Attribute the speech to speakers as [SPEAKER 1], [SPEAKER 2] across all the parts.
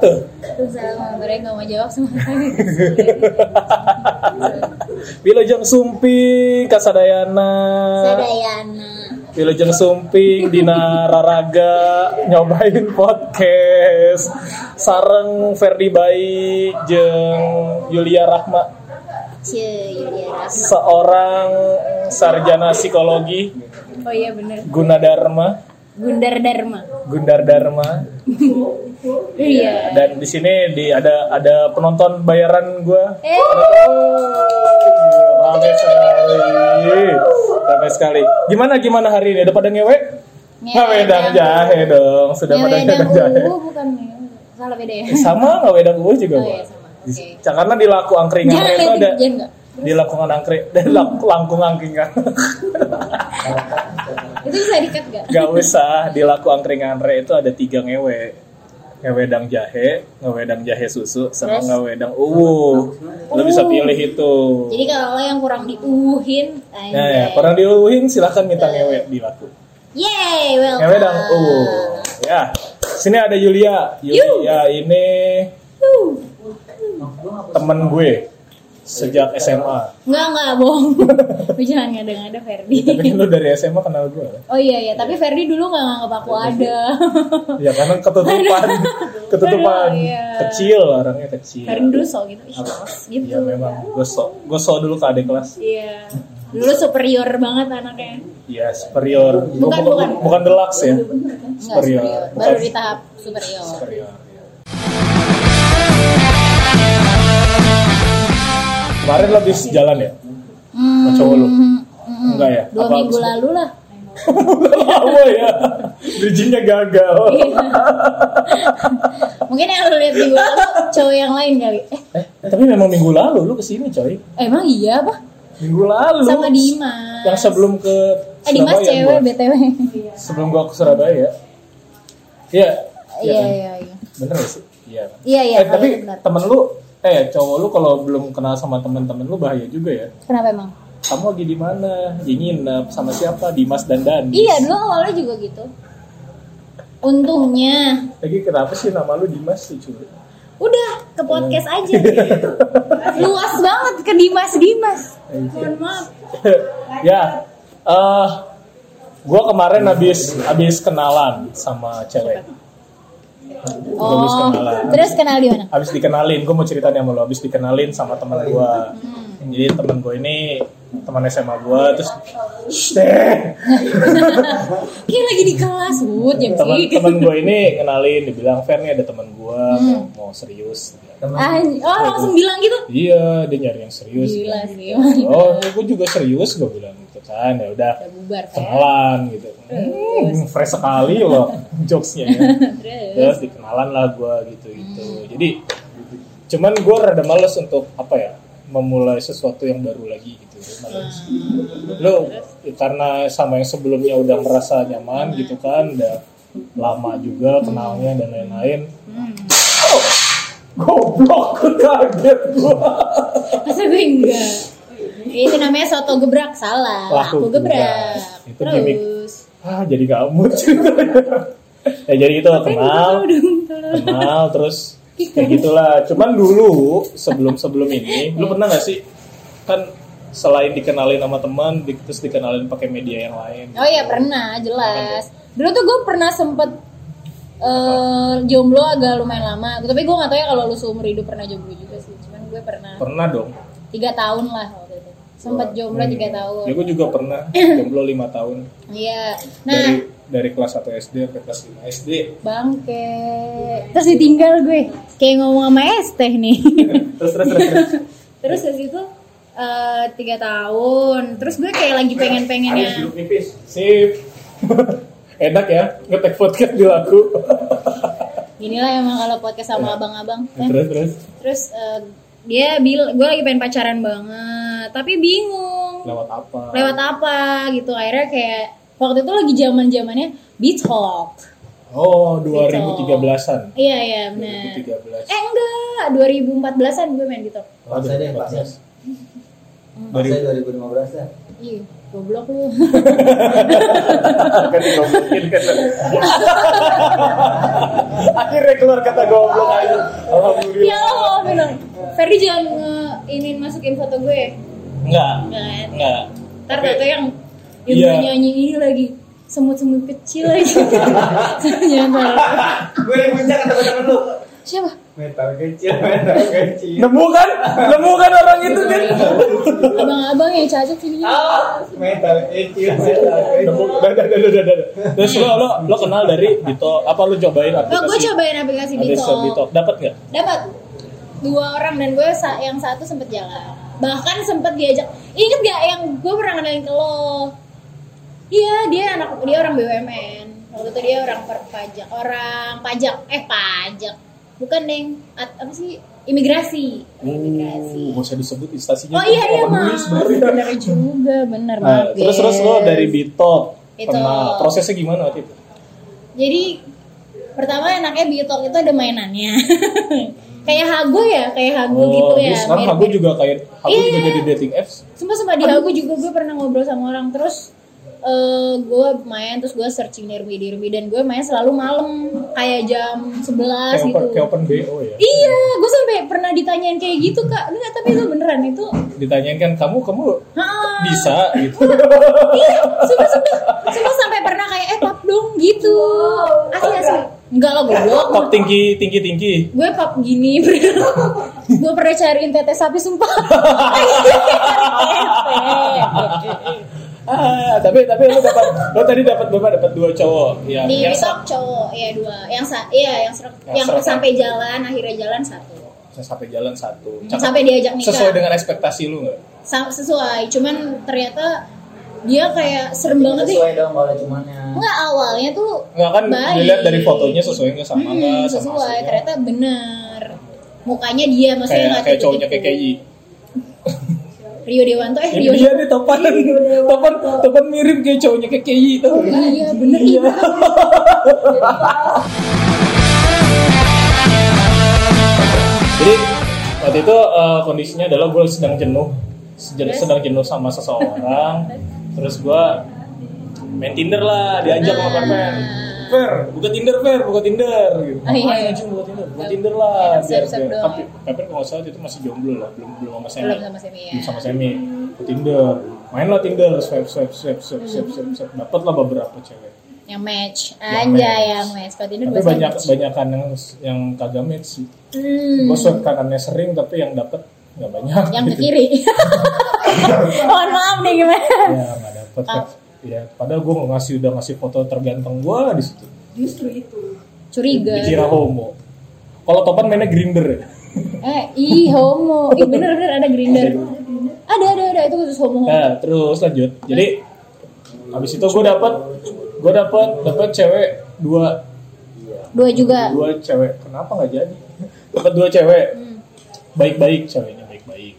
[SPEAKER 1] tuh?
[SPEAKER 2] Salah mereka nggak mau jawab semua tanya.
[SPEAKER 1] Wilujeng Sumping, Kasadayana.
[SPEAKER 2] Sadayana.
[SPEAKER 1] Wilujeng Sumping, Dina Raraga, nyobain podcast. Sareng Ferdi Bayi, jeng Yulia Rahma,
[SPEAKER 2] Cie, Yulia
[SPEAKER 1] kan?
[SPEAKER 2] Rahma.
[SPEAKER 1] seorang sarjana psikologi
[SPEAKER 2] Oh iya bener.
[SPEAKER 1] Gunadarma,
[SPEAKER 2] Gundar Dharma.
[SPEAKER 1] Gundar Dharma.
[SPEAKER 2] Iya.
[SPEAKER 1] Dan di sini di ada ada penonton bayaran gua.
[SPEAKER 2] Eh,
[SPEAKER 1] Oh, Rame sekali. Rame sekali. Gimana gimana hari ini? Udah pada ngewe? Nggak wedang jahe dong. Sudah pada
[SPEAKER 2] Ngewedang
[SPEAKER 1] wedang jahe.
[SPEAKER 2] ungu bukan ngewedang. Salah beda ya.
[SPEAKER 1] Eh, Sama nggak wedang ungu juga,
[SPEAKER 2] Oh
[SPEAKER 1] Mbak?
[SPEAKER 2] iya sama. Oke.
[SPEAKER 1] Karena di laku angkringan itu
[SPEAKER 2] Jangan lihat
[SPEAKER 1] ada
[SPEAKER 2] jangan nggak.
[SPEAKER 1] di lakungan angkring, di lak- langkung angkringan.
[SPEAKER 2] Itu bisa dikat nggak?
[SPEAKER 1] Gak usah di laku angkringan re itu ada tiga ngewe ngewedang jahe, ngewedang jahe susu, sama
[SPEAKER 2] Terus?
[SPEAKER 1] ngewedang uwu. Lo bisa pilih itu.
[SPEAKER 2] Jadi kalau lo yang kurang diuhin,
[SPEAKER 1] Nah,
[SPEAKER 2] iya.
[SPEAKER 1] ya, kurang diuwuhin silahkan minta ngewe di laku.
[SPEAKER 2] Yeay, welcome.
[SPEAKER 1] Ngewedang uwu.
[SPEAKER 2] Oh.
[SPEAKER 1] Ya, sini ada Yulia. Yulia ini
[SPEAKER 2] Huh.
[SPEAKER 1] temen gue sejak SMA.
[SPEAKER 2] Nggak, nggak, bohong. Lu jangan ngada-ngada Ferdi.
[SPEAKER 1] Tapi lu dari SMA kenal gue.
[SPEAKER 2] Oh iya iya, tapi Ferdi dulu nggak nganggap aku ada.
[SPEAKER 1] Ya karena ketutupan, ketutupan
[SPEAKER 2] Aduh, iya.
[SPEAKER 1] kecil orangnya kecil.
[SPEAKER 2] Ferdi dulu so gitu, ih males gitu.
[SPEAKER 1] Iya memang gosok gosok dulu ke adik kelas.
[SPEAKER 2] Iya. Dulu superior banget anaknya.
[SPEAKER 1] Iya superior.
[SPEAKER 2] Bukan, bukan.
[SPEAKER 1] bukan deluxe ya.
[SPEAKER 2] Enggak superior. Baru
[SPEAKER 1] Bukan
[SPEAKER 2] di tahap superior.
[SPEAKER 1] superior. iya. Kemarin lo habis jalan ya?
[SPEAKER 2] Hmm,
[SPEAKER 1] cowok lu?
[SPEAKER 2] hmm.
[SPEAKER 1] Enggak ya?
[SPEAKER 2] Dua
[SPEAKER 1] Apa
[SPEAKER 2] minggu
[SPEAKER 1] habis-
[SPEAKER 2] lalu lah.
[SPEAKER 1] Lama ya. Bridgingnya gagal.
[SPEAKER 2] Iya. Mungkin yang lu lihat minggu lalu cowok yang lain kali. Eh,
[SPEAKER 1] eh, tapi memang minggu lalu lu kesini coy.
[SPEAKER 2] emang iya apa?
[SPEAKER 1] Minggu lalu.
[SPEAKER 2] Sama Dimas.
[SPEAKER 1] Yang sebelum ke
[SPEAKER 2] Eh Dimas
[SPEAKER 1] Surabaya Iya.
[SPEAKER 2] cewek
[SPEAKER 1] gua.
[SPEAKER 2] BTW.
[SPEAKER 1] Sebelum gua ke Surabaya. Iya.
[SPEAKER 2] Iya
[SPEAKER 1] kan?
[SPEAKER 2] iya iya.
[SPEAKER 1] Bener gak sih? Iya.
[SPEAKER 2] Iya iya,
[SPEAKER 1] eh, tapi
[SPEAKER 2] benar.
[SPEAKER 1] temen lu, eh cowok lu kalau belum kenal sama temen-temen lu bahaya juga ya.
[SPEAKER 2] Kenapa emang?
[SPEAKER 1] Kamu lagi di mana? Lagi nginep sama siapa? Dimas dan Dani.
[SPEAKER 2] Iya, dulu awalnya juga gitu. Untungnya
[SPEAKER 1] Lagi kenapa sih nama lu Dimas sih cuy?
[SPEAKER 2] udah ke podcast aja. Luas banget ke Dimas Dimas. Mohon maaf.
[SPEAKER 1] ya. Eh gua kemarin habis habis kenalan sama cewek. Gua habis
[SPEAKER 2] Oh,
[SPEAKER 1] kenalan.
[SPEAKER 2] terus kenal di mana?
[SPEAKER 1] Habis dikenalin, gue mau ceritain sama lo. Habis dikenalin sama teman gua.
[SPEAKER 2] Hmm.
[SPEAKER 1] Jadi teman gue ini teman SMA gua terus Shh,
[SPEAKER 2] Kayak lagi di kelas, ya Bud, jam
[SPEAKER 1] teman
[SPEAKER 2] segini.
[SPEAKER 1] teman gue ini kenalin dibilang Fer nih ada teman gue
[SPEAKER 2] Hmm.
[SPEAKER 1] mau, mau serius
[SPEAKER 2] Anj- Oh, langsung bilang gitu.
[SPEAKER 1] iya dia nyari yang serius
[SPEAKER 2] Gila sih.
[SPEAKER 1] oh gue juga serius gue bilang gitu kan ya udah
[SPEAKER 2] Udah bubar kan.
[SPEAKER 1] kenalan gitu hmm, fresh sekali loh jokesnya ya.
[SPEAKER 2] Terus.
[SPEAKER 1] terus dikenalan lah gue gitu gitu jadi cuman gue rada males untuk apa ya memulai sesuatu yang baru lagi gitu males. lo karena sama yang sebelumnya udah merasa nyaman gitu kan udah lama juga kenalnya dan lain-lain oh, goblok kaget gua
[SPEAKER 2] Masa gue enggak? Iya, Itu namanya soto gebrak salah.
[SPEAKER 1] Laku
[SPEAKER 2] Aku gebrak.
[SPEAKER 1] gebrak. Itu gimmick.
[SPEAKER 2] Terus.
[SPEAKER 1] ah jadi kamu ya jadi gitu kenal kenal terus
[SPEAKER 2] Iya.
[SPEAKER 1] kayak gitulah cuman dulu sebelum sebelum ini
[SPEAKER 2] Iya.
[SPEAKER 1] lu pernah nggak sih kan selain dikenalin sama teman di- terus dikenalin pakai media yang lain
[SPEAKER 2] Oh iya pernah, jelas. Dulu tuh gue pernah sempet eh, jomblo agak lumayan lama. Tapi gue gak tau ya kalau lu seumur hidup pernah jomblo juga sih. Cuman gue pernah
[SPEAKER 1] pernah dong
[SPEAKER 2] tiga tahun lah waktu itu. Sempet jomblo tiga tahun.
[SPEAKER 1] ya gue juga pernah jomblo lima tahun
[SPEAKER 2] Iya. Nah,
[SPEAKER 1] dari dari kelas 1 SD ke kelas 5 SD
[SPEAKER 2] bangke. Terus ditinggal gue. Kayak ngomong sama es teh nih.
[SPEAKER 1] terus terus terus, terus.
[SPEAKER 2] Terus dari situ eh, tiga tahun. Terus gue kayak lagi pengen-pengennya.
[SPEAKER 1] sip enak ya ngetek podcast di laku
[SPEAKER 2] Inilah emang kalau podcast
[SPEAKER 1] Iya.
[SPEAKER 2] sama abang-abang. Eh,
[SPEAKER 1] terus terus
[SPEAKER 2] Terus eh, dia bil, gue lagi pengen pacaran banget, tapi bingung
[SPEAKER 1] lewat apa
[SPEAKER 2] lewat apa gitu. Akhirnya kayak waktu itu lagi zaman zamannya beach talk.
[SPEAKER 1] oh 2013an
[SPEAKER 2] Iya iya benar.
[SPEAKER 1] 2013
[SPEAKER 2] Eh enggak, 2014an gue main gitu.
[SPEAKER 1] Oh,
[SPEAKER 3] Paksa deh, paksa.
[SPEAKER 1] 2014.
[SPEAKER 3] Dari
[SPEAKER 1] Dari
[SPEAKER 3] 2015 dah.
[SPEAKER 2] Ih, goblok lu.
[SPEAKER 1] kan digomongin kan. akhirnya keluar kata goblok aja
[SPEAKER 2] Ya
[SPEAKER 1] alhamdulillah
[SPEAKER 2] Allah bilang Ferdi jangan ngeinin masukin foto gue
[SPEAKER 1] enggak
[SPEAKER 2] Jangan
[SPEAKER 1] enggak
[SPEAKER 2] Ntar foto yang Yang
[SPEAKER 1] Iya.
[SPEAKER 2] gue nyanyi ini lagi Semut-semut kecil lagi Jangan
[SPEAKER 3] Gue udah puncak kata temen lu.
[SPEAKER 2] Siapa?
[SPEAKER 3] Metal kecil, metal kecil.
[SPEAKER 1] nemu kan nemu kan orang itu kan
[SPEAKER 2] Abang-abang yang cacat sini
[SPEAKER 3] Ah, metal kecil, metal
[SPEAKER 1] nemu
[SPEAKER 3] kecil.
[SPEAKER 1] dah, dah, dah, dah, dah, dah. terus lo lo lo kenal dari Dito apa lo cobain
[SPEAKER 2] Oh, gue
[SPEAKER 1] aplikasi
[SPEAKER 2] cobain aplikasi
[SPEAKER 1] Adesa Dito
[SPEAKER 2] Bitok
[SPEAKER 1] dapat nggak
[SPEAKER 2] Dapat dua orang dan gue sa- yang satu sempet jalan bahkan sempet diajak inget gak yang gue pernah kenalin ke lo iya dia anak dia orang BUMN waktu itu dia orang perpajak orang pajak eh pajak bukan neng at- apa sih imigrasi
[SPEAKER 1] Oh,
[SPEAKER 2] imigrasi
[SPEAKER 1] gak usah disebut instasinya.
[SPEAKER 2] oh iya iya
[SPEAKER 1] Orang nulis
[SPEAKER 2] mas
[SPEAKER 1] sebenarnya.
[SPEAKER 2] bener juga bener
[SPEAKER 1] Nah,
[SPEAKER 2] maaf
[SPEAKER 1] terus terus
[SPEAKER 2] guys.
[SPEAKER 1] lo dari Bito
[SPEAKER 2] Bito.
[SPEAKER 1] kenal prosesnya gimana waktu itu?
[SPEAKER 2] Jadi pertama enaknya Bitok itu ada mainannya. kayak Hago ya, kayak Hago gitu
[SPEAKER 1] jadi Oh,
[SPEAKER 2] ya.
[SPEAKER 1] iya, sekarang aku
[SPEAKER 2] mirip-mirip.
[SPEAKER 1] juga kayak aku
[SPEAKER 2] Iya,
[SPEAKER 1] juga
[SPEAKER 2] iya.
[SPEAKER 1] jadi dating apps.
[SPEAKER 2] Sumpah sumpah di Hago juga gue pernah ngobrol sama orang terus eh gue main terus gue searching derby derby dan gue main selalu malam kayak jam 11
[SPEAKER 1] Kayak
[SPEAKER 2] gitu.
[SPEAKER 1] open, kayak open BO ya.
[SPEAKER 2] Iya, gue sampai pernah ditanyain kayak gitu kak. Enggak, tapi itu beneran itu.
[SPEAKER 1] Ditanyain kan kamu kamu
[SPEAKER 2] Ha-ha.
[SPEAKER 1] bisa gitu.
[SPEAKER 2] Iya, sumpah sumpah, sumpah sampai pernah kayak eh pap dong gitu. Asli asli. Enggak lah goblok.
[SPEAKER 1] Top tinggi tinggi tinggi.
[SPEAKER 2] gue pap gini gue pernah cariin tete sapi sumpah
[SPEAKER 1] Ah, tapi tapi lo dapat lo tadi dapat berapa? Dapat dua cowok yang
[SPEAKER 2] di
[SPEAKER 1] yang
[SPEAKER 2] besok cowok ya dua yang sa iya yang serok
[SPEAKER 1] Yang
[SPEAKER 2] yang,
[SPEAKER 1] serok.
[SPEAKER 2] sampai jalan akhirnya jalan satu
[SPEAKER 1] sa- sampai jalan satu.
[SPEAKER 2] sampai diajak nikah
[SPEAKER 1] Sesuai dengan ekspektasi lu nggak?
[SPEAKER 2] Sa- sesuai cuman ternyata dia kayak serem banget sih
[SPEAKER 3] Sesuai dong kalau ya. cumannya.
[SPEAKER 2] nggak awalnya tuh
[SPEAKER 1] Iya, Nggak kan
[SPEAKER 2] baik.
[SPEAKER 1] dilihat dari fotonya sesuai nggak sama
[SPEAKER 2] Mm-mm,
[SPEAKER 1] nggak sama
[SPEAKER 2] sesuai
[SPEAKER 1] hasilnya.
[SPEAKER 2] ternyata bener mukanya dia maksudnya
[SPEAKER 1] kayak
[SPEAKER 2] nggak
[SPEAKER 1] kayak cowoknya
[SPEAKER 2] tipe-tipe.
[SPEAKER 1] kayak Iya, KKI.
[SPEAKER 2] Rio Dewanto eh
[SPEAKER 1] Ini
[SPEAKER 2] Rio
[SPEAKER 1] dia nih topan, topan, topan mirip kayak cowoknya kayak KKI tuh.
[SPEAKER 2] iya bener iya.
[SPEAKER 1] Jadi waktu itu eh, kondisinya adalah gue sedang jenuh, sedang, sedang jenuh sama seseorang. Terus gue main Tinder lah, diajak sama Carmen. Fer, buka Tinder, Fer, buka Tinder. Gitu.
[SPEAKER 2] Ah. Oh, iya,
[SPEAKER 1] Ngapain
[SPEAKER 2] iya.
[SPEAKER 1] anjing buka Tinder, buka Tinder lah. Biar,
[SPEAKER 2] Enak swipe-swipe
[SPEAKER 1] biar.
[SPEAKER 2] doang
[SPEAKER 1] Tapi
[SPEAKER 2] ya.
[SPEAKER 1] Carmen kalau nggak salah waktu itu masih jomblo lah, belum belum sama Semi.
[SPEAKER 2] belum sama Semi
[SPEAKER 1] Belum
[SPEAKER 2] ya
[SPEAKER 1] sama Semi. Buka Tinder, main lah Tinder, swipe swipe swipe swipe swipe swipe, swipe. Dapat lah beberapa cewek.
[SPEAKER 2] yang match
[SPEAKER 1] Yang
[SPEAKER 2] aja
[SPEAKER 1] match.
[SPEAKER 2] yang match Kalau Tinder
[SPEAKER 1] Tapi
[SPEAKER 2] biasanya
[SPEAKER 1] banyak
[SPEAKER 2] match.
[SPEAKER 1] banyak yang yang kagak match sih.
[SPEAKER 2] hmm.
[SPEAKER 1] Gue swipe kanannya sering, tapi yang dapet nggak banyak.
[SPEAKER 2] yang ke
[SPEAKER 1] gitu.
[SPEAKER 2] kiri mohon maaf nih gimana
[SPEAKER 1] ya nggak dapet kan.
[SPEAKER 2] Ah.
[SPEAKER 1] ya padahal gue ngasih udah ngasih foto terganteng gue di situ
[SPEAKER 2] curiga
[SPEAKER 1] dikira homo kalau topan mainnya grinder ya
[SPEAKER 2] eh ih homo ih bener bener ada grinder
[SPEAKER 1] Ada
[SPEAKER 2] ada ada ada itu khusus homo homo
[SPEAKER 1] nah, terus lanjut jadi habis itu gue dapet gue dapet dapet cewek dua
[SPEAKER 2] dua juga
[SPEAKER 1] dua cewek kenapa nggak jadi dapet dua cewek
[SPEAKER 2] Hmm.
[SPEAKER 1] baik baik ceweknya baik baik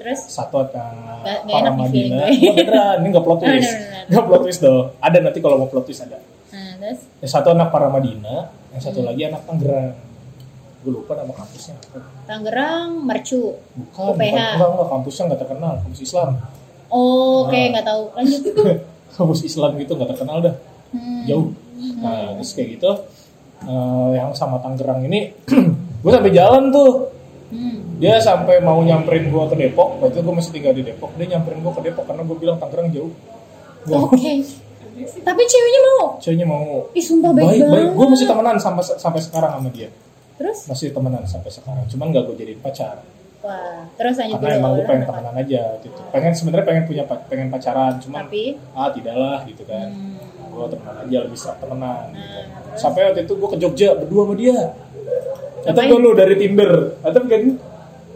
[SPEAKER 2] terus
[SPEAKER 1] satu akan
[SPEAKER 2] Nggak- nggak
[SPEAKER 1] para
[SPEAKER 2] enak nih feeling
[SPEAKER 1] Madinah
[SPEAKER 2] gue.
[SPEAKER 1] Nggak, beneran ini nggak plot
[SPEAKER 2] Bener,
[SPEAKER 1] twist
[SPEAKER 2] bener.
[SPEAKER 1] nggak plot twist dong ada nanti kalau mau plot twist ada
[SPEAKER 2] nah terus
[SPEAKER 1] yang satu anak para Madinah yang
[SPEAKER 2] Hmm.
[SPEAKER 1] satu lagi anak Tangerang gue lupa nama kampusnya apa.
[SPEAKER 2] Tangerang mercu
[SPEAKER 1] Bukan,
[SPEAKER 2] UPH.
[SPEAKER 1] bukan enggak, enggak, kampusnya nggak terkenal, kampus Islam.
[SPEAKER 2] oh oke
[SPEAKER 1] Ah.
[SPEAKER 2] nggak tahu lanjut
[SPEAKER 1] Kampus Islam gitu nggak terkenal dah,
[SPEAKER 2] Hmm.
[SPEAKER 1] jauh. Nah, terus kayak gitu, eh, yang sama Tangerang ini, gue sampai jalan tuh.
[SPEAKER 2] Hmm.
[SPEAKER 1] Dia sampai mau nyamperin gue ke Depok, waktu itu gue masih tinggal di Depok. Dia nyamperin gue ke Depok karena gue bilang Tangerang jauh. Wah,
[SPEAKER 2] oke tapi ceweknya mau
[SPEAKER 1] ceweknya mau
[SPEAKER 2] ih sumpah baik,
[SPEAKER 1] baik baik
[SPEAKER 2] banget
[SPEAKER 1] gue masih temenan sampai sampai sekarang sama dia
[SPEAKER 2] terus
[SPEAKER 1] masih temenan sampai sekarang cuman gak gue jadiin pacar
[SPEAKER 2] wah terus lanjut
[SPEAKER 1] karena
[SPEAKER 2] dulu.
[SPEAKER 1] emang gue pengen
[SPEAKER 2] Kenapa?
[SPEAKER 1] temenan aja gitu pengen sebenarnya pengen punya pa- pengen pacaran cuman
[SPEAKER 2] tapi
[SPEAKER 1] ah tidaklah gitu kan
[SPEAKER 2] hmm.
[SPEAKER 1] gue temenan aja lebih serak temenan gitu.
[SPEAKER 2] Nah,
[SPEAKER 1] sampai waktu itu gue ke Jogja berdua sama dia datang
[SPEAKER 2] Ngapain?
[SPEAKER 1] dulu dari Tinder datang kan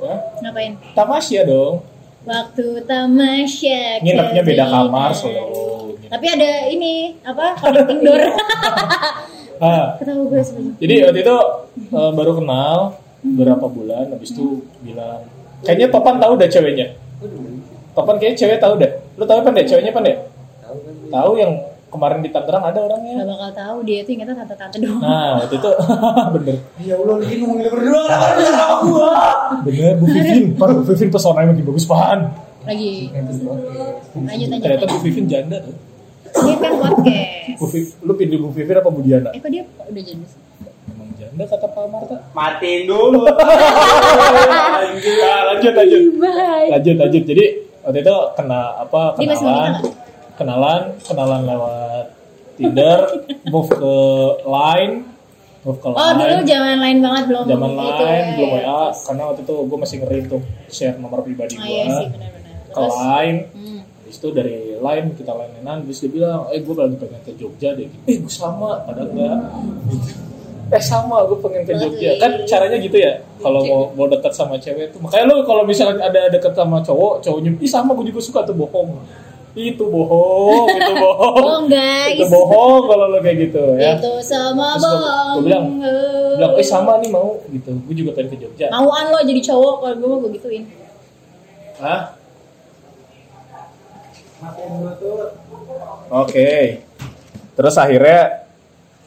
[SPEAKER 1] ya
[SPEAKER 2] ngapain
[SPEAKER 1] tamasya dong
[SPEAKER 2] Waktu tamasya
[SPEAKER 1] nginepnya
[SPEAKER 2] ke
[SPEAKER 1] beda
[SPEAKER 2] Bina.
[SPEAKER 1] kamar solo gitu.
[SPEAKER 2] Tapi ada ini apa connecting door.
[SPEAKER 1] ah,
[SPEAKER 2] Ketahu gue sebenarnya.
[SPEAKER 1] jadi waktu itu eh, baru kenal berapa bulan habis itu bilang kayaknya Topan tahu dah ceweknya Topan kayaknya cewek tahu dah lu tahu pan deh ceweknya pan deh tahu yang kemarin di Tangerang ada orangnya
[SPEAKER 2] Gak bakal tahu dia itu ingetnya tante-tante doang.
[SPEAKER 1] nah waktu itu bener
[SPEAKER 3] Ya Allah, lagi ngomongin berdua, kenapa lu bisa sama gua?
[SPEAKER 1] Bener, Bu Vivin. Pan, Bu Vivin pesonanya makin bagus, Pan.
[SPEAKER 2] Lagi lanjut lanjut.
[SPEAKER 1] Ternyata Bu
[SPEAKER 2] lanjut.
[SPEAKER 1] Vivin janda tuh.
[SPEAKER 2] Ini kan podcast.
[SPEAKER 1] Bu Viv- lu pilih Bu Vivin apa Bu Diana?
[SPEAKER 2] Eh kok dia udah jadi sih?
[SPEAKER 1] Emang Anda kata Pak Marta.
[SPEAKER 3] Matiin dulu.
[SPEAKER 1] Nah, lanjut lanjut.
[SPEAKER 2] Bye.
[SPEAKER 1] Lanjut lanjut. Jadi waktu itu kena apa
[SPEAKER 2] Ini masih
[SPEAKER 1] kenalan
[SPEAKER 2] mau
[SPEAKER 1] kenalan kenalan lewat Tinder, move ke Line, move ke
[SPEAKER 2] Oh dulu
[SPEAKER 1] Line.
[SPEAKER 2] zaman lain banget belum
[SPEAKER 1] Zaman Line
[SPEAKER 2] itu ya,
[SPEAKER 1] belum
[SPEAKER 2] ya.
[SPEAKER 1] WA karena waktu itu gue masih ngeri tuh share nomor pribadi
[SPEAKER 2] Oh
[SPEAKER 1] gue.
[SPEAKER 2] iya sih benar-benar.
[SPEAKER 1] ke
[SPEAKER 2] Terus
[SPEAKER 1] Line,
[SPEAKER 2] hmm.
[SPEAKER 1] Habis itu dari lain kita lainan, terus dia bilang, eh gue lagi pengen ke Jogja deh. Gitu. Eh gue sama, padahal enggak. Gitu.
[SPEAKER 2] Hmm.
[SPEAKER 1] Eh sama, gue pengen ke Jogja. Kan caranya gitu ya, kalau
[SPEAKER 2] Iya.
[SPEAKER 1] mau mau dekat sama cewek tuh. Makanya lo kalau misalnya ada deket sama cowok, cowoknya, ih sama gue juga suka tuh bohong. Itu bohong, itu bohong.
[SPEAKER 2] Bohong, guys.
[SPEAKER 1] Itu bohong kalau lo kayak gitu ya.
[SPEAKER 2] Itu sama
[SPEAKER 1] Terus gua-
[SPEAKER 2] bohong.
[SPEAKER 1] gua bilang, Bilang, eh sama nih mau gitu. Gue juga pengen ke Jogja.
[SPEAKER 2] Mauan lo jadi cowok kalau gue mau gue gituin.
[SPEAKER 1] Hah?
[SPEAKER 3] Matiin dulu tuh.
[SPEAKER 1] Oke. Terus akhirnya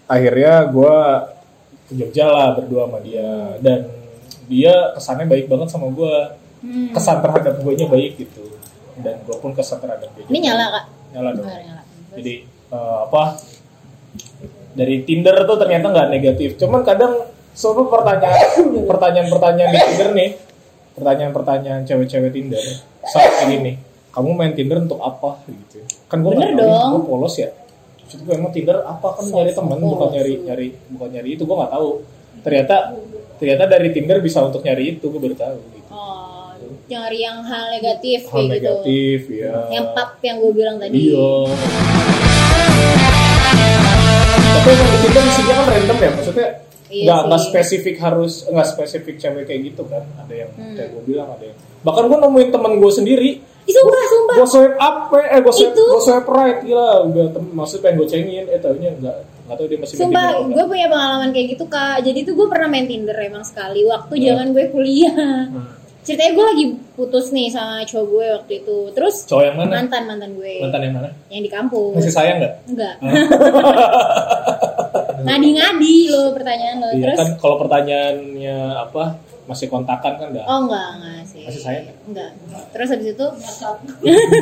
[SPEAKER 1] akhirnya gue ke Jogja lah berdua sama dia dan dia kesannya baik banget sama gue.
[SPEAKER 2] Hmm.
[SPEAKER 1] Kesan terhadap gue nya baik gitu dan gue pun kesan terhadap dia.
[SPEAKER 2] Ini
[SPEAKER 1] juga.
[SPEAKER 2] nyala kak?
[SPEAKER 1] Nyala dong.
[SPEAKER 2] Bentar, nyala.
[SPEAKER 1] Jadi eh, apa? Dari Tinder tuh ternyata nggak negatif. Cuman kadang soalnya pertanyaan pertanyaan pertanyaan di Tinder nih pertanyaan pertanyaan cewek-cewek Tinder saat kayak gini kamu main Tinder untuk apa gitu kan gue nggak
[SPEAKER 2] Bener
[SPEAKER 1] tahu nih,
[SPEAKER 2] dong.
[SPEAKER 1] gue polos ya maksud gue emang Tinder apa kan nyari teman bukan nyari nyari bukan nyari itu gue nggak tahu ternyata ternyata dari Tinder bisa untuk nyari itu gue baru tahu gitu
[SPEAKER 2] Oh, nyari yang hal negatif
[SPEAKER 1] hal
[SPEAKER 2] kayak gitu.
[SPEAKER 1] negatif ya
[SPEAKER 2] Yang pap yang gue bilang tadi.
[SPEAKER 1] Iya. Tapi emang di Tinder isinya kan random ya, maksudnya
[SPEAKER 2] Iya
[SPEAKER 1] nggak
[SPEAKER 2] sih.
[SPEAKER 1] nggak spesifik harus nggak spesifik cewek kayak gitu kan. Ada yang
[SPEAKER 2] Hmm.
[SPEAKER 1] kayak gue bilang ada yang. Bahkan gue nemuin temen gue sendiri.
[SPEAKER 2] Itu gua sumpah.
[SPEAKER 1] Gue swipe up, eh gue swipe,
[SPEAKER 2] Itu.
[SPEAKER 1] gue swipe right gila. Udah tem- maksud pengen gue cengin, eh tahunya nggak nggak tahu dia masih main
[SPEAKER 2] Sumpah,
[SPEAKER 1] Tinder apa
[SPEAKER 2] gue punya pengalaman kayak gitu kak. Jadi tuh gue pernah main Tinder emang sekali waktu
[SPEAKER 1] Hmm.
[SPEAKER 2] zaman gue kuliah.
[SPEAKER 1] nggak. Hmm.
[SPEAKER 2] Ceritanya gue lagi putus nih sama cowok gue waktu itu. Terus
[SPEAKER 1] Cowok yang mana?
[SPEAKER 2] mantan mantan gue
[SPEAKER 1] Mantan yang mana?
[SPEAKER 2] yang di kampus.
[SPEAKER 1] Masih Hmm. sayang nggak?
[SPEAKER 2] Enggak. Ngadi-ngadi lo pertanyaan lo.
[SPEAKER 1] Iya
[SPEAKER 2] Terus
[SPEAKER 1] kan kalau pertanyaannya apa masih kontakan kan nggak?
[SPEAKER 2] Oh enggak, enggak sih.
[SPEAKER 1] Masih sayang?
[SPEAKER 2] Enggak. Terus habis itu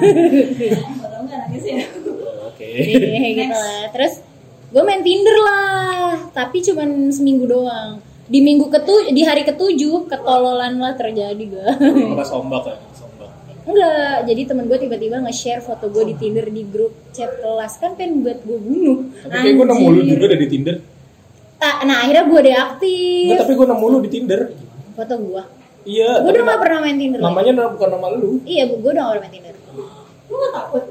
[SPEAKER 1] Oh, Oke.
[SPEAKER 2] Iya, gitu lah. Terus gue main Tinder lah, tapi cuman seminggu doang. Di minggu ketu di hari ketujuh ketololan lah terjadi gue.
[SPEAKER 1] Keras ombak ya, keras ombak.
[SPEAKER 2] Enggak, jadi temen gue tiba-tiba nge-share foto gue di Tinder di grup chat kelas kan pengen buat gue bunuh.
[SPEAKER 1] Tapi kayak gue nemu lu
[SPEAKER 2] Anjir.
[SPEAKER 1] juga dari Tinder.
[SPEAKER 2] Ah, Nah akhirnya gue deaktif
[SPEAKER 1] Enggak, tapi gue nemu lu di Tinder.
[SPEAKER 2] foto gue.
[SPEAKER 1] Iya.
[SPEAKER 2] Gue
[SPEAKER 1] tapi
[SPEAKER 2] udah
[SPEAKER 1] na-
[SPEAKER 2] gak pernah main Tinder. lagi.
[SPEAKER 1] Namanya na- bukan nama lu.
[SPEAKER 2] Iya, gue udah gak pernah main Tinder.
[SPEAKER 4] Lu gak takut?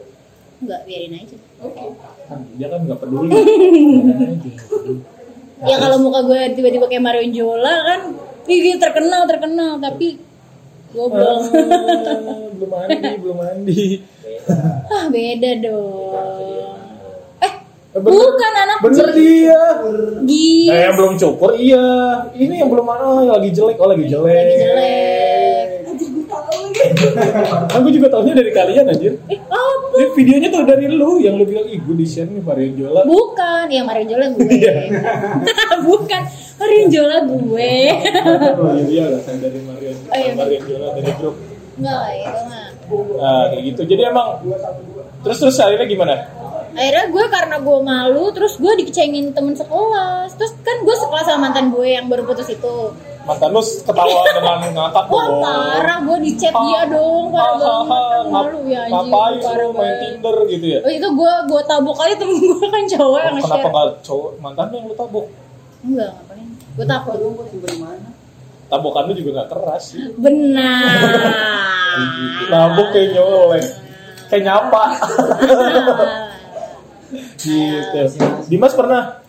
[SPEAKER 2] Enggak, biarin aja.
[SPEAKER 4] Oke.
[SPEAKER 1] Kan dia kan nggak peduli. Biarin aja.
[SPEAKER 2] Ya kalau muka gue tiba-tiba kayak Marion Jola kan, ini terkenal terkenal tapi goblok.
[SPEAKER 1] Ah, Nah, belum mandi, belum mandi.
[SPEAKER 2] ah beda dong. Eh,
[SPEAKER 1] Eh, bener.
[SPEAKER 2] bukan anak
[SPEAKER 1] Bener dia.
[SPEAKER 2] Gis.
[SPEAKER 1] Eh, yang belum cukur, iya. Ini yang belum mana, lagi jelek, oh lagi jelek.
[SPEAKER 2] Lagi jelek.
[SPEAKER 4] Anjir gue tau lagi.
[SPEAKER 1] Aku Kan juga taunya dari kalian anjir.
[SPEAKER 2] Eh, oh,
[SPEAKER 1] Ini videonya tuh dari lu yang lu bilang, ih gue di share nih Varian Jola.
[SPEAKER 2] bukan. Ya Marion Jola gue.
[SPEAKER 1] Iya.
[SPEAKER 2] bukan. Marion Jola gue.
[SPEAKER 1] Oh iya, iya, datang dari Marion,
[SPEAKER 2] Oh, iya.
[SPEAKER 1] Marion Jola dari grup.
[SPEAKER 2] Enggak, lah, itu mah.
[SPEAKER 1] Nah, kayak gitu. Jadi emang terus terus akhirnya gimana?
[SPEAKER 2] akhirnya gue karena gue malu terus gue dikecengin temen sekelas terus kan gue sekelas sama mantan gue yang baru putus itu
[SPEAKER 1] Mantan lu ketawa dengan ngakak
[SPEAKER 2] wah parah gue di chat
[SPEAKER 1] Ah.
[SPEAKER 2] dia dong parah banget kan malu ya anjing
[SPEAKER 1] Ngapain
[SPEAKER 2] parah
[SPEAKER 1] lu main
[SPEAKER 2] banget
[SPEAKER 1] Tinder gitu ya?
[SPEAKER 2] Oh, itu gue gue tabok kali temen gue kan cowok yang
[SPEAKER 1] Oh, Kenapa
[SPEAKER 2] nge-share
[SPEAKER 1] nggak cowok mantan lu yang lu tabok?
[SPEAKER 2] enggak ngapain gue takut
[SPEAKER 1] Tabokan lu juga nggak keras sih.
[SPEAKER 2] benar
[SPEAKER 1] Nabok kayak nyolek. Kayak nyapa gitu. Dimas pernah?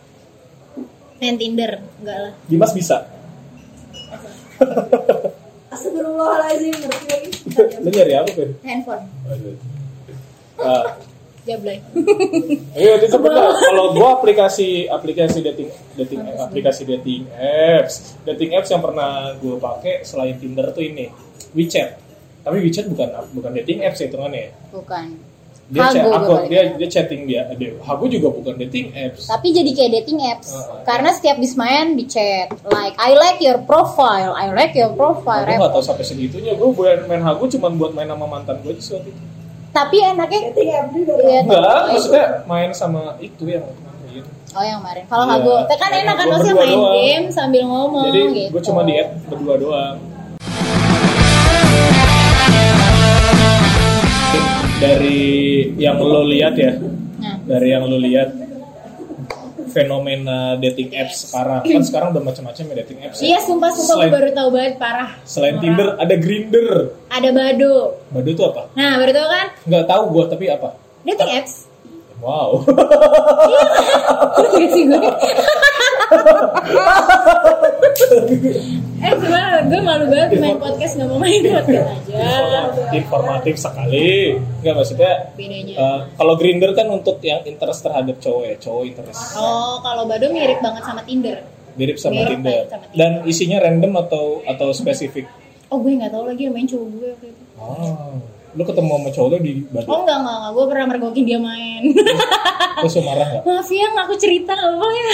[SPEAKER 2] main Tinder enggak lah
[SPEAKER 1] Dimas bisa?
[SPEAKER 4] Astagfirullahaladzim. Ngerti lagi.
[SPEAKER 2] Iya,
[SPEAKER 1] Lu nyari apa, Ben?
[SPEAKER 2] handphone
[SPEAKER 1] Aduh. Ah,
[SPEAKER 2] jablay
[SPEAKER 1] Iya, itu sebenarnya kalau gua aplikasi aplikasi dating dating app, aplikasi dating apps, dating apps yang pernah gua pakai selain Tinder tuh ini, WeChat. Tapi WeChat bukan bukan dating apps ya, hitungannya. ya.
[SPEAKER 2] bukan
[SPEAKER 1] Dia chat,
[SPEAKER 2] Hago gua
[SPEAKER 1] akun
[SPEAKER 2] balik.
[SPEAKER 1] dia dia chatting dia. Dia Hago juga bukan dating apps.
[SPEAKER 2] Tapi jadi kayak dating apps.
[SPEAKER 1] Heeh.
[SPEAKER 2] Karena setiap bis main di chat like I like your profile, I like your profile.
[SPEAKER 1] Aku nggak
[SPEAKER 2] Repot.
[SPEAKER 1] tahu sampai segitunya. Gue buat main Hago cuma buat main sama mantan gue aja suatu itu.
[SPEAKER 2] Tapi enaknya
[SPEAKER 4] Dating app juga ya.
[SPEAKER 2] ya,
[SPEAKER 1] Enggak, maksudnya main sama itu yang main
[SPEAKER 2] Oh yang kemarin. Kalau nggak gue,
[SPEAKER 1] Iya.
[SPEAKER 2] kan enak kan
[SPEAKER 1] Gua
[SPEAKER 2] maksudnya
[SPEAKER 1] berdua
[SPEAKER 2] main
[SPEAKER 1] doang.
[SPEAKER 2] game sambil ngomong
[SPEAKER 1] jadi
[SPEAKER 2] gitu.
[SPEAKER 1] gue cuma di add berdua doang dari yang lo lihat ya
[SPEAKER 2] Nah,
[SPEAKER 1] dari yang lo lihat fenomena dating apps sekarang kan sekarang udah macam-macam ya dating apps ya.
[SPEAKER 2] iya sumpah sumpah gue
[SPEAKER 1] selain,
[SPEAKER 2] baru tahu banget parah.
[SPEAKER 1] selain Tinder ada Grinder
[SPEAKER 2] Ada Bado.
[SPEAKER 1] Badu itu apa
[SPEAKER 2] Nah baru tahu kan
[SPEAKER 1] nggak tahu gue tapi apa
[SPEAKER 2] dating apps.
[SPEAKER 1] wow
[SPEAKER 2] Terus gak sih gue? eh gimana? Gue malu
[SPEAKER 1] Iya.
[SPEAKER 2] banget main podcast nggak mau main podcast aja.
[SPEAKER 1] informatif sekali nggak maksudnya
[SPEAKER 2] Bedanya.
[SPEAKER 1] eh, kalau Grinder kan untuk yang interest terhadap cowok ya cowok interest
[SPEAKER 2] Oh kalau Bado mirip banget sama Tinder.
[SPEAKER 1] mirip sama
[SPEAKER 2] Mirip
[SPEAKER 1] Tinder
[SPEAKER 2] banget sama Tinder.
[SPEAKER 1] dan isinya random atau atau spesifik
[SPEAKER 2] Oh gue nggak tahu lagi main cowok gue waktu itu.
[SPEAKER 1] oh lu ketemu sama cowok lu di Badu
[SPEAKER 2] Oh enggak enggak, enggak. gue pernah mergokin dia main.
[SPEAKER 1] Iya. terus lu marah nggak
[SPEAKER 2] Maaf ya, nggak aku cerita apa ya.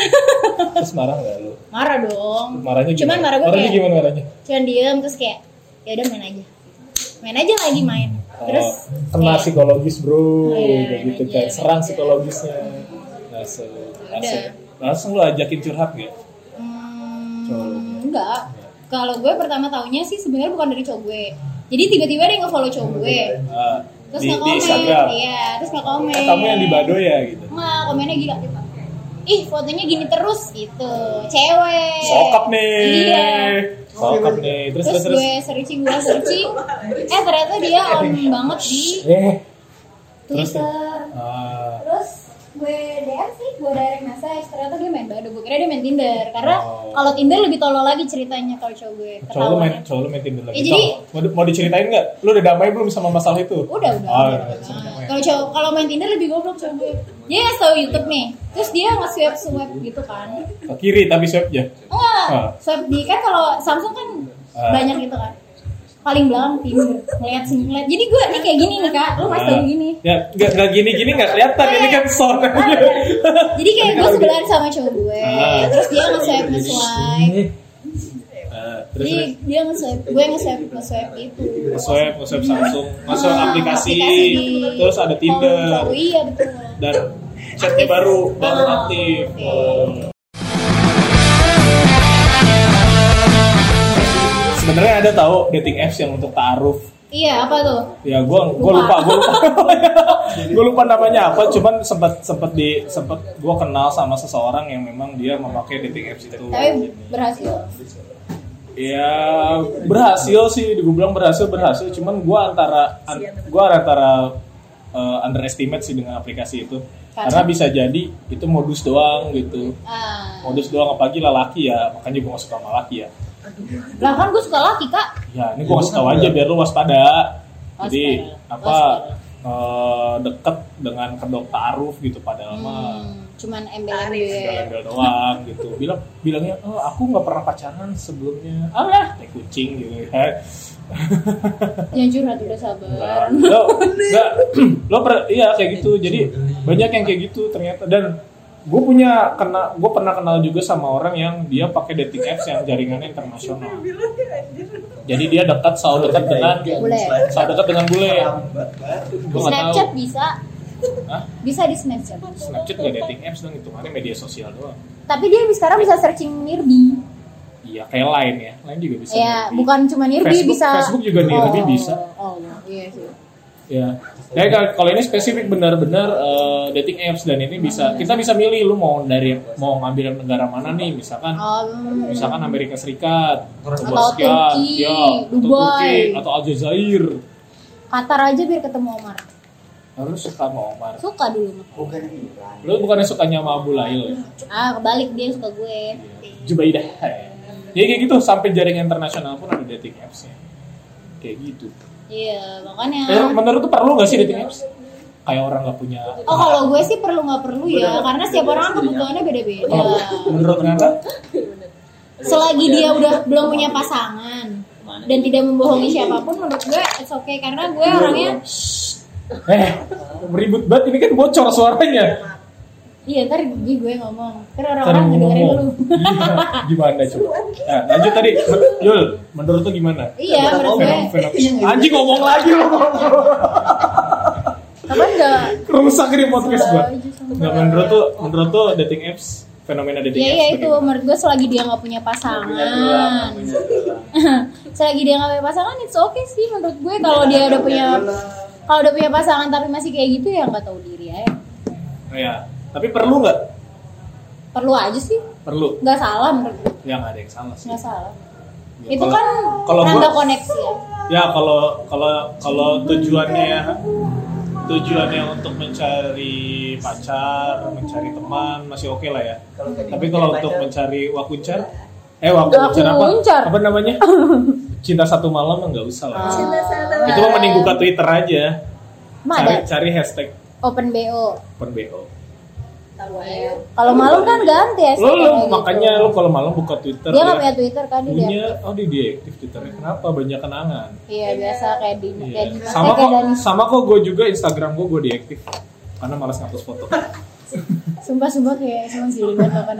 [SPEAKER 1] terus marah nggak lu
[SPEAKER 2] Marah dong.
[SPEAKER 1] marahnya gimana
[SPEAKER 2] Cuman marah gue
[SPEAKER 1] marahnya
[SPEAKER 2] kayak-
[SPEAKER 1] gimana marahnya
[SPEAKER 2] Cuman diem terus kayak ya udah main aja. Main aja lagi main. Terus
[SPEAKER 1] Oh, kena
[SPEAKER 2] kayak,
[SPEAKER 1] psikologis bro
[SPEAKER 2] Iya,
[SPEAKER 1] kayak gitu
[SPEAKER 2] iya,
[SPEAKER 1] kan
[SPEAKER 2] iya.
[SPEAKER 1] serang psikologisnya langsung langsung langsung lu ajakin curhat gak
[SPEAKER 2] "Hmm,
[SPEAKER 1] Cowok.
[SPEAKER 2] enggak. Kalau gue pertama taunya sih sebenarnya bukan dari cowok gue. Jadi tiba-tiba dia nge-follow cowok gue.
[SPEAKER 1] Ah,
[SPEAKER 2] Terus
[SPEAKER 1] di,
[SPEAKER 2] nggak
[SPEAKER 1] di
[SPEAKER 2] komen.
[SPEAKER 1] Instagram
[SPEAKER 2] Iya, terus nggak komen.
[SPEAKER 1] Eh, kamu yang di Bado ya gitu
[SPEAKER 2] Nggak, komennya gila. Ih, fotonya gini terus gitu. Cewek.
[SPEAKER 1] sokap nih
[SPEAKER 2] Iya.
[SPEAKER 1] sokap nih terus
[SPEAKER 2] terus,
[SPEAKER 1] terus, terus.
[SPEAKER 2] gue searching gue searching eh ternyata dia on banget di
[SPEAKER 1] eh Terus?
[SPEAKER 2] Twitter
[SPEAKER 1] ah,
[SPEAKER 2] terus gue DM sih gue direct message ternyata dia main badu gue kira dia main Tinder karena
[SPEAKER 1] Oh.
[SPEAKER 2] kalau Tinder lebih tolol lagi ceritanya kalau cowok gue
[SPEAKER 1] cowok lu main
[SPEAKER 2] ketahuan
[SPEAKER 1] cowok lu main Tinder lagi
[SPEAKER 2] Ya, jadi-
[SPEAKER 1] Tau, mau, di- mau diceritain nggak lu udah damai belum sama masalah itu
[SPEAKER 2] udah udah,
[SPEAKER 1] Ah,
[SPEAKER 2] udah,
[SPEAKER 1] udah,
[SPEAKER 2] udah.
[SPEAKER 1] udah.
[SPEAKER 2] kalau cowok kalau main Tinder lebih goblok cowok gue dia nggak tahu YouTube nih terus dia nge swipe swipe gitu kan
[SPEAKER 1] ke kiri tapi swipe ya
[SPEAKER 2] enggak
[SPEAKER 1] Ah.
[SPEAKER 2] swipe di kan kalau Samsung kan
[SPEAKER 1] Ah.
[SPEAKER 2] banyak gitu kan paling belakang Tinder ngeliat sini ngeliat jadi gue nih kayak gini nih kak lu masih
[SPEAKER 1] Ah.
[SPEAKER 2] tau gini Iya.
[SPEAKER 1] ya nggak nggak gini gini nggak kelihatan ini kan sound aja
[SPEAKER 2] Jadi kayak gue sebelahan sama cowok gue,
[SPEAKER 1] gitu. Ah.
[SPEAKER 2] terus dia nge-swipe nge-swipe. Iya.
[SPEAKER 1] Ah, terus
[SPEAKER 2] Jadi dia nge-swipe, gue nge-swipe nge-swipe gitu.
[SPEAKER 1] terus swipe swipe Samsung masuk
[SPEAKER 2] Ah,
[SPEAKER 1] aplikasi,
[SPEAKER 2] aplikasi.
[SPEAKER 1] terus ada Tinder
[SPEAKER 2] Oh, iya betul.
[SPEAKER 1] dan chatnya baru baru
[SPEAKER 2] Ah,
[SPEAKER 1] aktif
[SPEAKER 2] oke.
[SPEAKER 1] Oh. sebenarnya ada tahu dating apps yang untuk taaruf
[SPEAKER 2] Iya apa tuh?
[SPEAKER 1] ya gue gue lupa gue lupa gue lupa namanya apa cuman sempat sempat di sempat gue kenal sama seseorang yang memang dia memakai dating apps itu
[SPEAKER 2] Tapi berhasil.
[SPEAKER 1] ya berhasil sih gue bilang berhasil berhasil cuman gue antara an,
[SPEAKER 2] Iya,
[SPEAKER 1] gue antara eh, underestimate sih dengan aplikasi itu karena bisa jadi itu modus doang gitu
[SPEAKER 2] Ah.
[SPEAKER 1] modus doang apalagi lelaki ya makanya gue gak suka sama laki ya
[SPEAKER 2] Lah kan gue suka laki kak.
[SPEAKER 1] ya ini gue kasih tahu aja biar lu waspada jadi
[SPEAKER 2] Waspada,
[SPEAKER 1] apa
[SPEAKER 2] waspada.
[SPEAKER 1] eh, deket dengan kedok ta'aruf gitu padahal mah
[SPEAKER 2] Hmm, Iya. cuman embel-embel.
[SPEAKER 1] embel doang gitu bilang bilangnya oh aku nggak pernah pacaran sebelumnya alah kayak kucing gitu ya
[SPEAKER 2] Jangan curhat udah sabar.
[SPEAKER 1] Enggak. lo enggak lo per- iya kayak gitu jadi banyak yang kayak gitu ternyata dan gue punya kena gue pernah kenal juga sama orang yang dia pakai dating apps yang jaringannya internasional jadi dia dekat selalu dekat dengan
[SPEAKER 2] Boleh.
[SPEAKER 1] selalu dekat dengan bule gue nggak tahu
[SPEAKER 2] Snapchat bisa,
[SPEAKER 1] Hah?
[SPEAKER 2] bisa di Snapchat.
[SPEAKER 1] Snapchat gak dating apps dong hitungannya media sosial doang
[SPEAKER 2] Tapi dia sekarang bisa searching Nirbi.
[SPEAKER 1] iya kayak lain ya lain juga bisa
[SPEAKER 2] Ya,
[SPEAKER 1] Nirbi.
[SPEAKER 2] bukan cuma Nirbi
[SPEAKER 1] Facebook-
[SPEAKER 2] bisa.
[SPEAKER 1] Facebook juga Nirbi bisa.
[SPEAKER 2] Oh, iya sih.
[SPEAKER 1] Ya. Jadi kalau- kalau ini spesifik benar-benar eh, dating apps dan ini bisa kita bisa milih lu mau dari mau ngambil yang negara mana nih misalkan
[SPEAKER 2] Um,
[SPEAKER 1] misalkan Amerika Serikat
[SPEAKER 2] Atau Turki,
[SPEAKER 1] ya, atau
[SPEAKER 2] Dubai.
[SPEAKER 1] Turki atau Aljazair
[SPEAKER 2] Qatar aja biar ketemu Omar.
[SPEAKER 1] harus suka sama Omar
[SPEAKER 2] Suka dulu.
[SPEAKER 1] lu bukannya sukanya sama Abu Lail ya?
[SPEAKER 2] Ah, kebalik dia suka gue.
[SPEAKER 1] Jubaidah ya. Jadi kayak gitu sampai jaringan internasional pun ada dating appsnya kayak gitu
[SPEAKER 2] Iya,
[SPEAKER 1] menurut,
[SPEAKER 2] makanya.
[SPEAKER 1] menurut tuh perlu gak sih dating apps kayak orang gak punya
[SPEAKER 2] Oh, kalau gue sih perlu nggak perlu ya, karena setiap orang kan kebutuhannya beda-beda.
[SPEAKER 1] Kalau menurut Nana
[SPEAKER 2] Selagi dia udah belum punya pasangan dan tidak membohongi siapapun, menurut gue it's okay karena gue orangnya
[SPEAKER 1] eh ribut banget ini kan bocor suaranya
[SPEAKER 2] iya ntar gigi gue ngomong terus
[SPEAKER 1] Cara
[SPEAKER 2] orang-orang ngedengerin
[SPEAKER 1] ngomong.
[SPEAKER 2] dulu
[SPEAKER 1] Iya, gimana coba? Nah, lanjut tadi. Men- Yul, menurut lu gimana?
[SPEAKER 2] iya menurut gue
[SPEAKER 1] Fenom-
[SPEAKER 2] iya.
[SPEAKER 1] fenom- Anjing ngomong lagi lu.
[SPEAKER 2] apa enggak
[SPEAKER 1] Rusak ini podcast gua.
[SPEAKER 2] Aja sama.
[SPEAKER 1] Nah, menurut tuh, menurut tuh dating apps fenomena dating
[SPEAKER 2] Iya
[SPEAKER 1] apps.
[SPEAKER 2] iya itu
[SPEAKER 1] bagaimana?
[SPEAKER 2] menurut gue selagi dia nggak punya
[SPEAKER 1] Iya,
[SPEAKER 3] Punya gelang,
[SPEAKER 2] pasangan,
[SPEAKER 3] punya gelang.
[SPEAKER 2] selagi dia nggak punya pasangan it's okay sih menurut gue kalau dia udah punya
[SPEAKER 1] Iya,
[SPEAKER 2] kalau udah punya pasangan tapi masih kayak gitu ya nggak tahu diri ya.
[SPEAKER 1] Oh, Iya. Tapi perlu nggak?
[SPEAKER 2] Perlu aja sih,
[SPEAKER 1] Perlu.
[SPEAKER 2] nggak salah menurut gue,
[SPEAKER 1] Ya nggak ada yang salah sih.
[SPEAKER 2] nggak salah.
[SPEAKER 1] Ya,
[SPEAKER 2] itu
[SPEAKER 1] kalau-
[SPEAKER 2] kan
[SPEAKER 1] kalau
[SPEAKER 2] tanda
[SPEAKER 1] gua-
[SPEAKER 2] koneksi ya.
[SPEAKER 1] Ya kalau kalau kalau tujuannya tujuannya untuk mencari pacar, mencari teman masih oke lah ya. Tapi kalau untuk mencari wakuncar, eh wakuncar apa?
[SPEAKER 2] Wakuncar.
[SPEAKER 1] Apa namanya? Cinta satu malam nggak usah lah.
[SPEAKER 2] Ah.
[SPEAKER 4] Cinta satu
[SPEAKER 1] Itu mah mending buka Twitter aja.
[SPEAKER 2] Emang
[SPEAKER 1] Cari,
[SPEAKER 2] ada
[SPEAKER 1] cari hashtag
[SPEAKER 2] open bo.
[SPEAKER 1] penbo.
[SPEAKER 4] Tahu aja.
[SPEAKER 2] Kalau malam kan ganti ya.
[SPEAKER 1] Lo, lo
[SPEAKER 2] kayak gitu.
[SPEAKER 1] makanya lo kalau malam buka Twitter
[SPEAKER 2] dia nggak
[SPEAKER 1] ya.
[SPEAKER 2] punya twitter kan dia.
[SPEAKER 1] punya, oh dia dia aktif Twitternya kenapa banyak kenangan?
[SPEAKER 2] Iya biasa kayak di kayak
[SPEAKER 1] Iya.
[SPEAKER 2] di
[SPEAKER 1] Sama
[SPEAKER 2] kayak
[SPEAKER 1] kok,
[SPEAKER 2] Dani.
[SPEAKER 1] sama kok gue juga Instagram gue gue diaktif karena malas ngapus foto
[SPEAKER 2] Sumpah sumpah kayak cuma jilid banget kan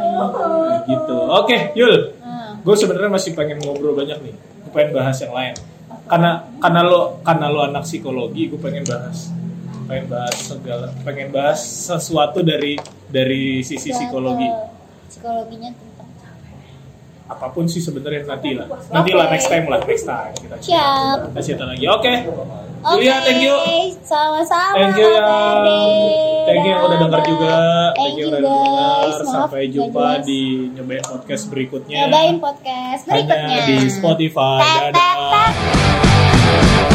[SPEAKER 1] gitu. Oke, Yul,
[SPEAKER 2] Nah,
[SPEAKER 1] gue sebenarnya masih pengen ngobrol banyak nih. Gue pengen bahas yang lain. Karena karena lo karena lo anak psikologi, gue pengen bahas pengen bahas segala pengen bahas sesuatu dari dari sisi psikologi
[SPEAKER 2] Psikologinya tentang
[SPEAKER 1] apapun sih sebenarnya nanti lah nanti lah
[SPEAKER 2] Oke.
[SPEAKER 1] next time lah next time kita
[SPEAKER 2] Siap.
[SPEAKER 1] kita cerita lagi oke Julia Iya, thank you
[SPEAKER 2] Sama-sama.
[SPEAKER 1] Thank you ya.
[SPEAKER 2] Kak Ade.
[SPEAKER 1] Thank you yang udah dengar juga.
[SPEAKER 2] Thank you
[SPEAKER 1] udah
[SPEAKER 2] guys.
[SPEAKER 1] dengar.
[SPEAKER 2] Maaf
[SPEAKER 1] Sampai
[SPEAKER 2] nggak
[SPEAKER 1] jumpa
[SPEAKER 2] jelas.
[SPEAKER 1] di nyobain podcast berikutnya.
[SPEAKER 2] Nyobain podcast berikutnya.
[SPEAKER 1] Hanya di Spotify.
[SPEAKER 2] Tak, tak,
[SPEAKER 1] Dadah.
[SPEAKER 2] tak.